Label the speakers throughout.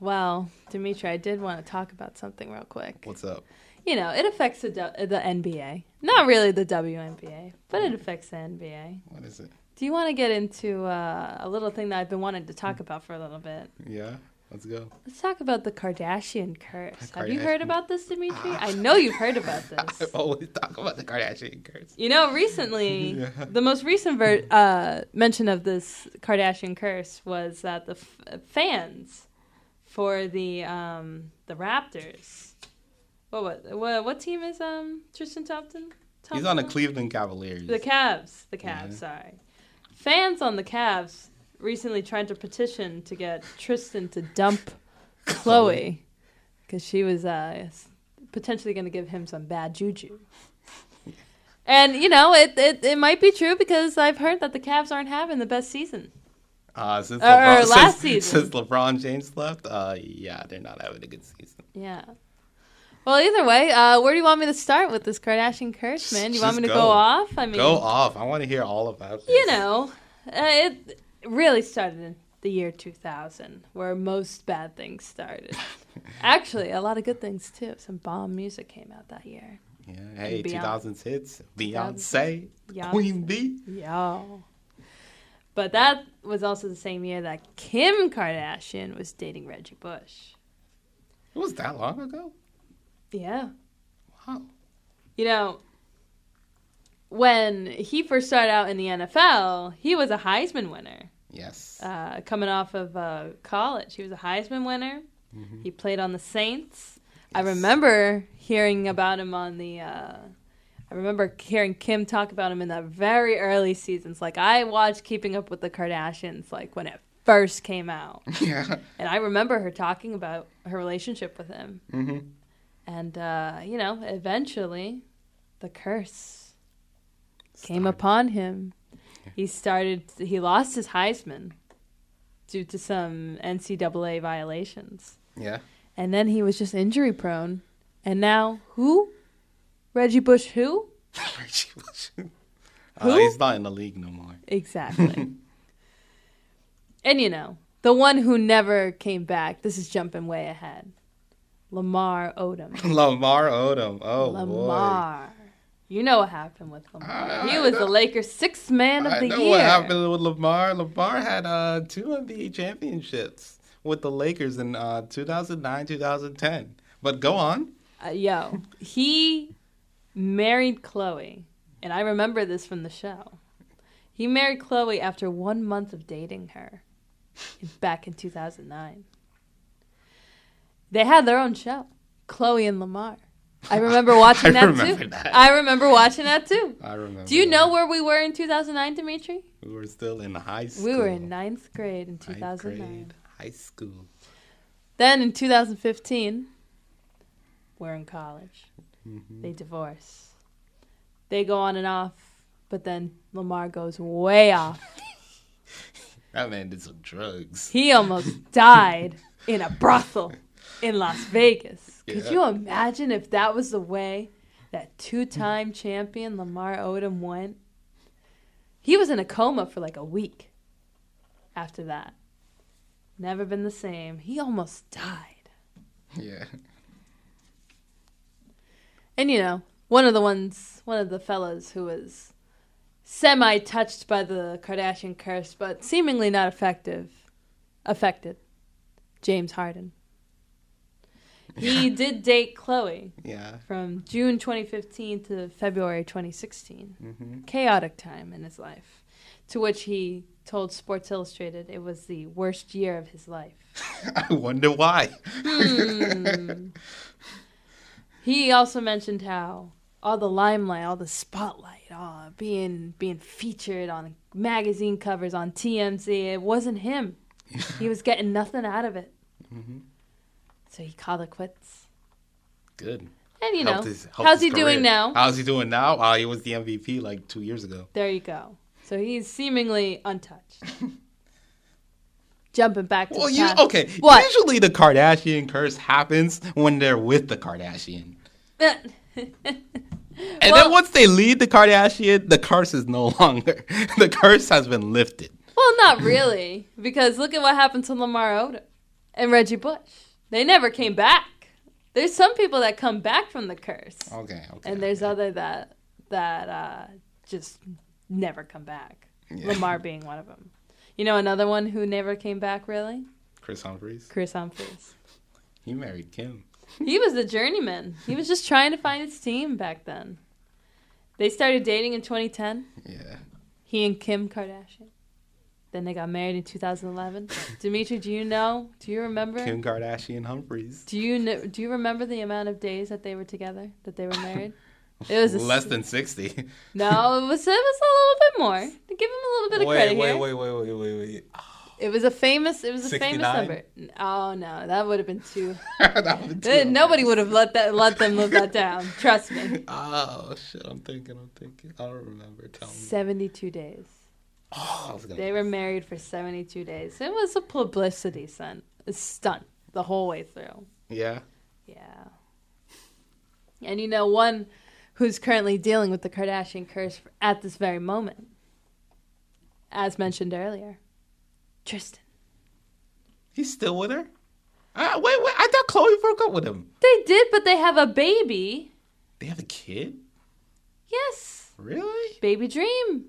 Speaker 1: well, Dimitri, I did want to talk about something real quick.
Speaker 2: What's up?
Speaker 1: You know, it affects the, du- the NBA. Not really the WNBA, but it affects the NBA.
Speaker 2: What is it?
Speaker 1: Do you want to get into uh, a little thing that I've been wanting to talk about for a little bit?
Speaker 2: Yeah, let's go.
Speaker 1: Let's talk about the Kardashian curse. Have you
Speaker 2: Kardashian-
Speaker 1: heard about this, Dimitri? I know you've heard about
Speaker 2: I
Speaker 1: this.
Speaker 2: always talk about the Kardashian curse.
Speaker 1: You know, recently,
Speaker 2: Yeah.
Speaker 1: the most recent ver- uh, mention of this Kardashian curse was that the f- fans for the um, the Raptors. What, what what what team is um Tristan Thompson?
Speaker 2: He's on the
Speaker 1: Thompson?
Speaker 2: Cleveland Cavaliers.
Speaker 1: The Cavs. The Cavs,
Speaker 2: Yeah.
Speaker 1: sorry. Fans on the Cavs recently tried to petition to get Tristan to dump Chloe because she was uh, s- potentially going to give him some bad juju. And, you know, it, it, it might be true because I've heard that the Cavs aren't having the best season.
Speaker 2: uh, since
Speaker 1: Or- or
Speaker 2: LeBron,
Speaker 1: last
Speaker 2: since,
Speaker 1: season.
Speaker 2: since LeBron James left, uh, yeah, they're not having a good season.
Speaker 1: Yeah. Well, either way, uh, where do you want me to start with this Kardashian curse, man? Do you want
Speaker 2: Just
Speaker 1: me to go.
Speaker 2: go.
Speaker 1: off? I mean,
Speaker 2: Go off! I want to hear all about this.
Speaker 1: you know, uh, it really started in the year 2000, where most bad things started. Actually, a lot of good things too. Some bomb music came out that year.
Speaker 2: Yeah. Hey,
Speaker 1: Beyonce.
Speaker 2: two thousands hits, Beyonce,
Speaker 1: Beyonce.
Speaker 2: Queen Bee.
Speaker 1: Yo. But that was also the same year that Kim Kardashian was dating Reggie Bush.
Speaker 2: It was that long ago.
Speaker 1: Yeah.
Speaker 2: Wow.
Speaker 1: You know, when he first started out in the NFL, he was a Heisman winner.
Speaker 2: Yes.
Speaker 1: uh, coming off of uh, college. He was a Heisman winner. He played on the Saints. I
Speaker 2: Yes.
Speaker 1: remember hearing about him on the. Uh, I remember hearing Kim talk about him in the very early seasons. Like I watched Keeping Up with the Kardashians, like when it first came out,
Speaker 2: yeah.
Speaker 1: and I remember her talking about her relationship with him.
Speaker 2: hmm
Speaker 1: And uh, you know, eventually, the curse came upon him. He started. He lost his Heisman due to some NCAA violations,
Speaker 2: Yeah.
Speaker 1: and then he was just injury prone. And now who? Reggie Bush? Who?
Speaker 2: Reggie Bush. Uh, he's not in the league no more.
Speaker 1: Exactly. and you know, the one who never came back. This is jumping way ahead. Lamar Odom.
Speaker 2: Lamar Odom. Oh boy.
Speaker 1: Lamar. You know what happened with Lamar.
Speaker 2: I-
Speaker 1: he
Speaker 2: I
Speaker 1: was the
Speaker 2: know-
Speaker 1: Lakers' sixth man of
Speaker 2: I
Speaker 1: the
Speaker 2: know
Speaker 1: year.
Speaker 2: what happened with Lamar. Lamar had uh, two NBA championships with the Lakers in uh, 2009, 2010. But go on.
Speaker 1: Uh, yo, he married Chloe, and I remember this from the show. He married Chloe after one month of dating her in- back in 2009. They had their own show, Chloe and Lamar. I remember watching that
Speaker 2: remember
Speaker 1: too.
Speaker 2: that.
Speaker 1: I remember watching that too.
Speaker 2: I remember.
Speaker 1: Do you
Speaker 2: that.
Speaker 1: know where we were in 2009, Dimitri?
Speaker 2: we were still in high school?
Speaker 1: We were in ninth grade in
Speaker 2: Ninth
Speaker 1: 2009.
Speaker 2: grade, High school.
Speaker 1: Then in 2015, we're in college. They divorce. They go on and off, but then Lamar goes way off.
Speaker 2: That man did some drugs.
Speaker 1: He almost died in a brothel in Las Vegas. Could
Speaker 2: Yeah.
Speaker 1: you imagine if that was the way that two time champion Lamar Odom went? He was in a coma for like a week after that. Never been the same. He almost died.
Speaker 2: Yeah.
Speaker 1: And you know, one of the ones, one of the fellas who was semi touched by the Kardashian curse, but seemingly not effective, affected, James Harden. He did date Chloe
Speaker 2: Yeah.
Speaker 1: from June 2015 to February 2016. Chaotic time in his life, to which he told Sports Illustrated it was the worst year of his life.
Speaker 2: I wonder why.
Speaker 1: Hmm. He also mentioned how all the limelight, all the spotlight, all being being featured on magazine covers on TMZ, it wasn't him. he was getting nothing out of it.
Speaker 2: Mm-hmm.
Speaker 1: So he called it quits.
Speaker 2: Good.
Speaker 1: And you know,
Speaker 2: Helped his- helped
Speaker 1: how's he
Speaker 2: his career.
Speaker 1: doing now?
Speaker 2: How's he doing now? Uh, he was the MVP like two years ago.
Speaker 1: There you go. So he's seemingly untouched. Jumping back to
Speaker 2: Well,
Speaker 1: the
Speaker 2: you
Speaker 1: past.
Speaker 2: okay?
Speaker 1: What?
Speaker 2: Usually, the Kardashian curse happens when they're with the Kardashian, and
Speaker 1: Well-
Speaker 2: then once they leave the Kardashian, the curse is no longer. the curse has been lifted.
Speaker 1: well, not really, because look at what happened to Lamar Odom. and Reggie Bush. They never came back. There's some people that come back from the curse,
Speaker 2: Okay, okay.
Speaker 1: and there's
Speaker 2: okay.
Speaker 1: other that that uh, just never come back.
Speaker 2: Yeah.
Speaker 1: Lamar being one of them. You know another one who never came back really?
Speaker 2: Chris Humphries.
Speaker 1: Chris Humphries.
Speaker 2: He married Kim.
Speaker 1: He was the journeyman. He was just trying to find his team back then. They started dating in 2010.
Speaker 2: Yeah.
Speaker 1: He and Kim Kardashian. Then they got married in 2011. Dimitri, do you know? Do you remember?
Speaker 2: Kim Kardashian Humphries.
Speaker 1: Do you know, do you remember the amount of days that they were together? That they were married? It was a s-
Speaker 2: less than sixty.
Speaker 1: no. It was it was a little bit more. To give him a little bit of
Speaker 2: wait,
Speaker 1: credit
Speaker 2: wait,
Speaker 1: here.
Speaker 2: wait, wait, wait, wait, wait.
Speaker 1: It was a famous. It was a famous
Speaker 2: 69?
Speaker 1: number. Oh no, that would have been too.
Speaker 2: That was too
Speaker 1: Eh, Nobody
Speaker 2: obvious.
Speaker 1: would have let that let them live that down. Trust me.
Speaker 2: Oh shit! I'm thinking. I'm thinking. I don't remember. Tell me.
Speaker 1: Seventy-two days.
Speaker 2: Oh, I was gonna.
Speaker 1: They were married for seventy-two days. It was a publicity stunt. A stunt the whole way through.
Speaker 2: Yeah.
Speaker 1: Yeah. And you know one who's currently dealing with the Kardashian curse at this very moment, as mentioned earlier, Tristan.
Speaker 2: He's still with her. Uh, wait, wait. I thought Chloe broke up with him.
Speaker 1: They did, but they have a baby.
Speaker 2: They have a kid.
Speaker 1: Yes.
Speaker 2: Really?
Speaker 1: Baby Dream.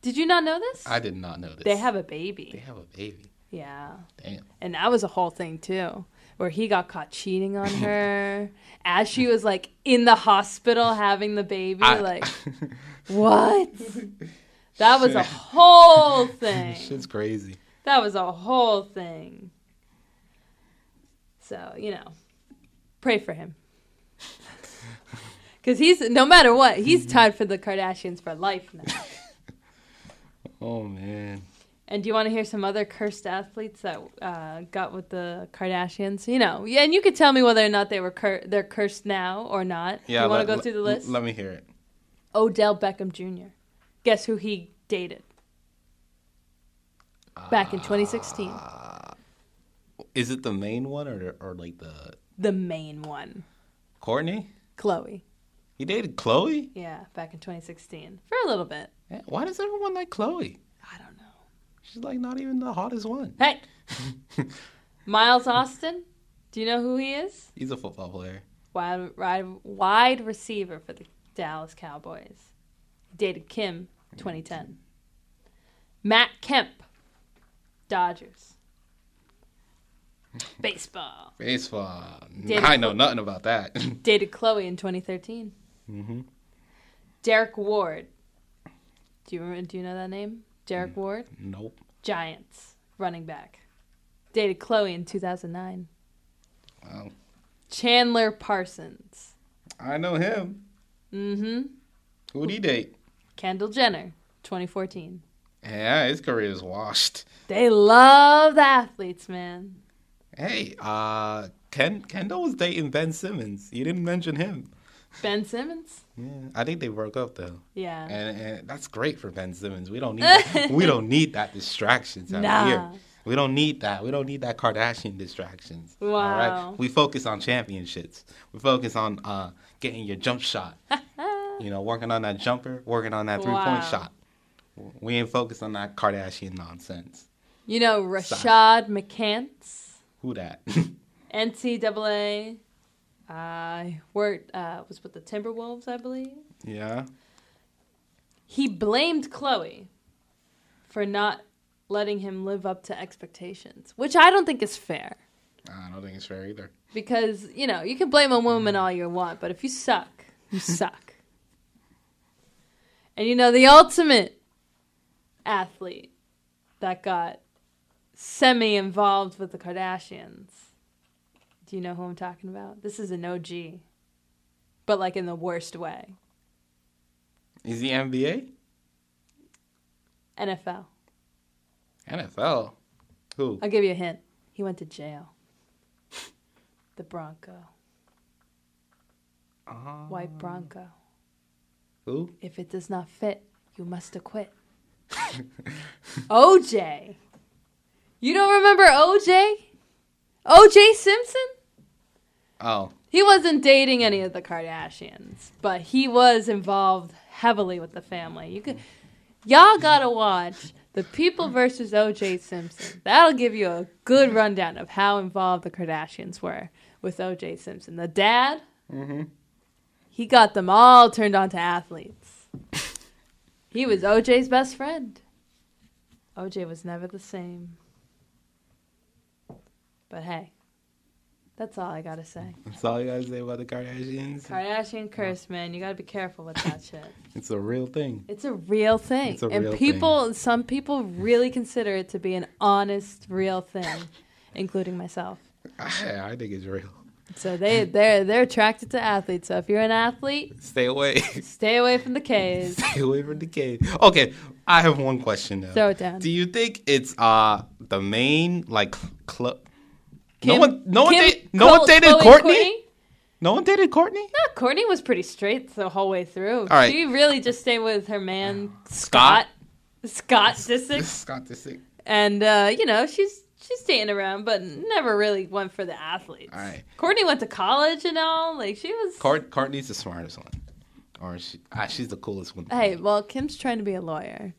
Speaker 1: Did you not know this?
Speaker 2: I did not know this.
Speaker 1: they have a
Speaker 2: They
Speaker 1: baby.
Speaker 2: have a baby.
Speaker 1: Yeah.
Speaker 2: Damn.
Speaker 1: And that was a whole thing too, where he got caught cheating on her as she was like in the hospital having the baby.
Speaker 2: I-
Speaker 1: like what? That was a whole thing.
Speaker 2: Shit's crazy.
Speaker 1: That was a whole thing. So, you know, pray for him. Cuz he's no matter what,
Speaker 2: Mm-hmm.
Speaker 1: he's tied for the Kardashians for life now.
Speaker 2: Oh man.
Speaker 1: And do you want to hear some other cursed athletes that uh, got with the Kardashians? You know, yeah, and you could tell me whether or not they were cur- they're cursed now or not. do you want
Speaker 2: let-
Speaker 1: to go through the
Speaker 2: let-
Speaker 1: list?
Speaker 2: Let me hear it.
Speaker 1: Odell Beckham Jr. Guess who he dated? Back in 2016,
Speaker 2: Is it the main one or or like the
Speaker 1: the main one,
Speaker 2: Courtney?
Speaker 1: Chloe.
Speaker 2: He dated Chloe.
Speaker 1: Yeah, back in 2016 for a little bit.
Speaker 2: Eh, Why does everyone like Chloe?
Speaker 1: I don't know.
Speaker 2: She's like not even the hottest one.
Speaker 1: Hey, Miles Austin. Do you know who he is?
Speaker 2: He's a football player.
Speaker 1: wide, wide, wide receiver for the Dallas Cowboys. He dated Kim, 2010. Matt Kemp, Dodgers. Baseball.
Speaker 2: Baseball.
Speaker 1: Dated
Speaker 2: I know nothing about that.
Speaker 1: Dated Chloe in 2013.
Speaker 2: mm-hmm.
Speaker 1: Derek Ward. Do you, remember, do you know that name? Derek Ward?
Speaker 2: Nope.
Speaker 1: Giants, running back. Dated Chloe in 2009.
Speaker 2: Wow.
Speaker 1: Chandler Parsons.
Speaker 2: I know him.
Speaker 1: Mm hmm.
Speaker 2: Who'd he date?
Speaker 1: Kendall Jenner, 2014.
Speaker 2: Yeah, his career is washed.
Speaker 1: They love the athletes, man.
Speaker 2: Hey, uh, Ken Kendall was dating Ben Simmons. You didn't mention him.
Speaker 1: Ben Simmons.
Speaker 2: Yeah, I think they broke up though,
Speaker 1: Yeah.
Speaker 2: and, and that's great for Ben Simmons. We don't need that. we don't need that distractions out
Speaker 1: Nah.
Speaker 2: here. We don't need that. We don't need that Kardashian distractions.
Speaker 1: Wow.
Speaker 2: We focus on championships. We focus on uh, getting your jump shot.
Speaker 1: Ah.
Speaker 2: you know, working on that jumper, working on that three
Speaker 1: Wow.
Speaker 2: point shot. We ain't focused on that Kardashian nonsense.
Speaker 1: You know Rashad McCants,
Speaker 2: Who that?
Speaker 1: NCAA. I worked uh, was with the Timberwolves, I believe.
Speaker 2: yeah.
Speaker 1: He blamed Chloe for not letting him live up to expectations, which I don't think is fair.
Speaker 2: I don't think it's fair either.
Speaker 1: Because you know you can blame a woman all you want, but if you suck, you suck. And you know the ultimate athlete that got semi-involved with the Kardashians. Do you know who I'm talking about? This is an OG, but like in the worst way.
Speaker 2: Is he NBA?
Speaker 1: NFL.
Speaker 2: NFL. Who?
Speaker 1: I'll give you a hint. He went to jail. The Bronco,
Speaker 2: Uh,
Speaker 1: white Bronco.
Speaker 2: who?
Speaker 1: If it does not fit, you must acquit. OJ. You don't remember OJ? OJ Simpson?
Speaker 2: Oh,
Speaker 1: He wasn't dating any of the Kardashians, but he was involved heavily with the family. You could y'all gotta watch The People versus O.J. Simpson. That'll give you a good rundown of how involved the Kardashians were with O.J. Simpson. The dad,
Speaker 2: Mm-hmm.
Speaker 1: he got them all turned on to athletes. He was O.J.'s best friend. O.J. was never the same. But hey, that's all I gotta say.
Speaker 2: That's all you gotta say about the Kardashians.
Speaker 1: Kardashian curse, man. You gotta be careful with that shit.
Speaker 2: it's a real thing.
Speaker 1: It's a real thing.
Speaker 2: It's a
Speaker 1: and
Speaker 2: real
Speaker 1: people some people really consider it to be an honest, real thing, including myself.
Speaker 2: I, I think it's real.
Speaker 1: So they they're they're attracted to athletes. So if you're an athlete,
Speaker 2: Stay away.
Speaker 1: stay away from the K's.
Speaker 2: Stay away from the cave. Okay, I have one question though.
Speaker 1: Throw it down.
Speaker 2: Do you think it's uh the main like club? no
Speaker 1: Kim-
Speaker 2: one, no one,
Speaker 1: Kim,
Speaker 2: date, no
Speaker 1: Khloe-
Speaker 2: one dated
Speaker 1: Khloe and
Speaker 2: Courtney? No one dated Courtney.
Speaker 1: No, Courtney was pretty straight the whole way through.
Speaker 2: right.
Speaker 1: She really just stayed with her man Scott. Scott Disick.
Speaker 2: Scott the sick.
Speaker 1: And uh, you know, she's she's dating around but never really went for the athletes.
Speaker 2: All right.
Speaker 1: Courtney went to college and all. Like she was
Speaker 2: Court, Courtney's the smartest one, or she, ah, she's the coolest one.
Speaker 1: Hey, uh, well, Kim's trying to be a lawyer,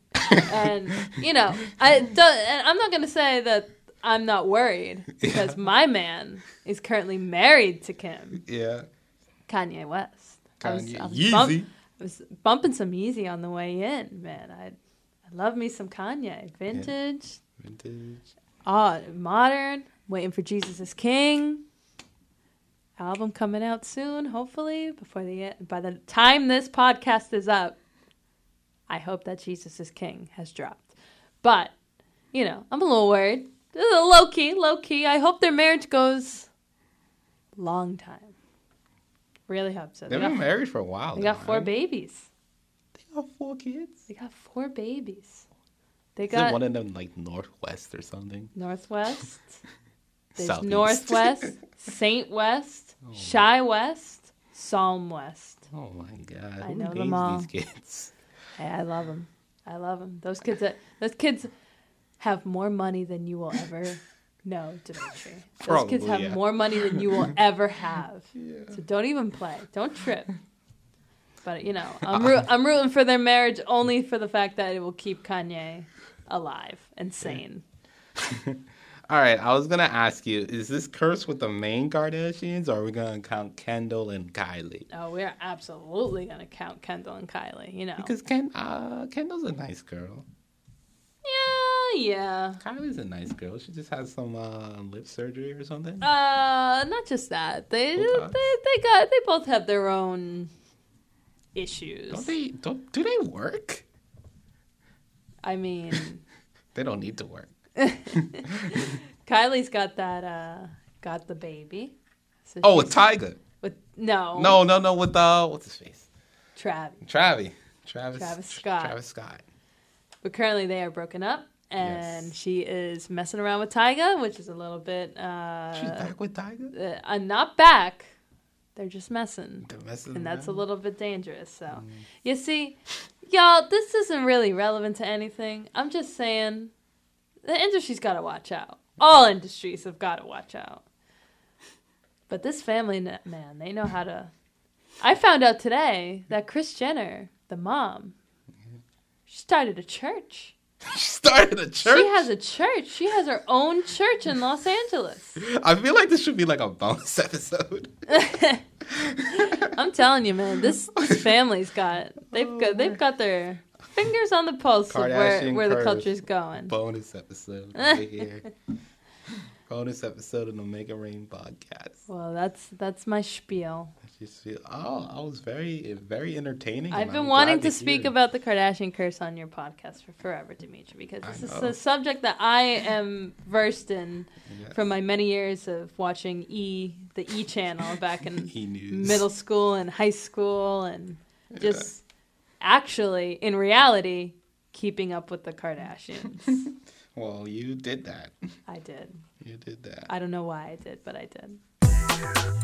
Speaker 1: and you know, I do, and I'm not going to say that I'm not worried because
Speaker 2: Yeah.
Speaker 1: my man is currently married to Kim,
Speaker 2: yeah,
Speaker 1: Kanye West. I was-
Speaker 2: Kanye.
Speaker 1: I was bump-
Speaker 2: Yeezy.
Speaker 1: I was bumping some Yeezy on the way in, man. I, I love me some Kanye, vintage,
Speaker 2: Vintage.
Speaker 1: ah, modern. Waiting for Jesus is King. Album coming out soon, hopefully before the end. By the time this podcast is up, I hope that Jesus is King has dropped. But you know, I'm a little worried. Low key, low key. I hope their marriage goes long time. Really hope so. They
Speaker 2: They've been
Speaker 1: got,
Speaker 2: married for a while.
Speaker 1: they
Speaker 2: though,
Speaker 1: got four
Speaker 2: right?
Speaker 1: babies.
Speaker 2: They got four kids.
Speaker 1: They got four babies. They
Speaker 2: Is it
Speaker 1: got
Speaker 2: one of them like Northwest or something?
Speaker 1: Northwest. There's
Speaker 2: Southeast.
Speaker 1: Northwest, Saint West, Shy West, Psalm West.
Speaker 2: Oh my god!
Speaker 1: I
Speaker 2: Who
Speaker 1: know them
Speaker 2: names
Speaker 1: all.
Speaker 2: These kids.
Speaker 1: Hey, I love them. I love them. Those kids. Are, those kids have more money than you will ever know, Dimitri. Those kids
Speaker 2: Probably,
Speaker 1: have
Speaker 2: yeah.
Speaker 1: more money than you will ever have.
Speaker 2: Yeah.
Speaker 1: So don't even play. Don't trip. But you know, I'm roo- I'm rooting for their marriage only for the fact that it will keep Kanye alive and sane.
Speaker 2: All right, I was gonna ask you: Is this curse with the main Kardashians, or are we gonna count Kendall and Kylie?
Speaker 1: Oh, we are absolutely gonna count Kendall and Kylie. You know,
Speaker 2: Because Ken, uh, Kendall's a nice girl.
Speaker 1: yeah, yeah.
Speaker 2: Kylie's a nice girl. She just has some uh, lip surgery or something.
Speaker 1: Uh, not just that. They
Speaker 2: Okay.
Speaker 1: they they got they both have their own issues.
Speaker 2: don't they? Don't do they work?
Speaker 1: I mean,
Speaker 2: They don't need to work.
Speaker 1: Kylie's got that uh got the baby. So
Speaker 2: Oh,
Speaker 1: she's-
Speaker 2: with Tiger.
Speaker 1: with no
Speaker 2: No, no, no. With uh, what's his face?
Speaker 1: Travis.
Speaker 2: Travis. Travis.
Speaker 1: Travis Scott.
Speaker 2: Travis Scott.
Speaker 1: But currently they are broken up. And
Speaker 2: Yes.
Speaker 1: she is messing around with Tyga, which is a little bit uh,
Speaker 2: She's back with Tiger.
Speaker 1: uh, uh, not back. They're just messing.
Speaker 2: They're messing
Speaker 1: and that's a
Speaker 2: around.
Speaker 1: little bit dangerous. So, you see, y'all, this isn't really relevant to anything. I'm just saying the industry's got to watch out. All industries have got to watch out. But this family, n- man, they know how to. I found out today that Chris Jenner, the mom, she started a church.
Speaker 2: she started a church.
Speaker 1: She has a church. She has her own church in Los Angeles.
Speaker 2: I feel like this should be like a bonus episode.
Speaker 1: I'm telling you, man, this, this family's got they've got they've got their fingers on the pulse of where,
Speaker 2: Oh, Kardashian
Speaker 1: where the
Speaker 2: curve.
Speaker 1: culture's going.
Speaker 2: bonus episode right here. bonus episode of the Make It Rain podcast.
Speaker 1: Well, that's that's my spiel.
Speaker 2: I just feel oh, I was very very entertaining. and
Speaker 1: I've been
Speaker 2: I'm
Speaker 1: wanting
Speaker 2: glad
Speaker 1: to
Speaker 2: hear
Speaker 1: speak
Speaker 2: it.
Speaker 1: about the Kardashian curse on your podcast for forever, Dimitri, because
Speaker 2: I
Speaker 1: this is
Speaker 2: know.
Speaker 1: a subject that I am versed in
Speaker 2: Yes.
Speaker 1: from my many years of watching E the E channel back in
Speaker 2: E News.
Speaker 1: middle school and high school and just actually in reality keeping up with the Kardashians.
Speaker 2: Well, you did that.
Speaker 1: I did.
Speaker 2: You did that.
Speaker 1: I don't know why I did, but I did.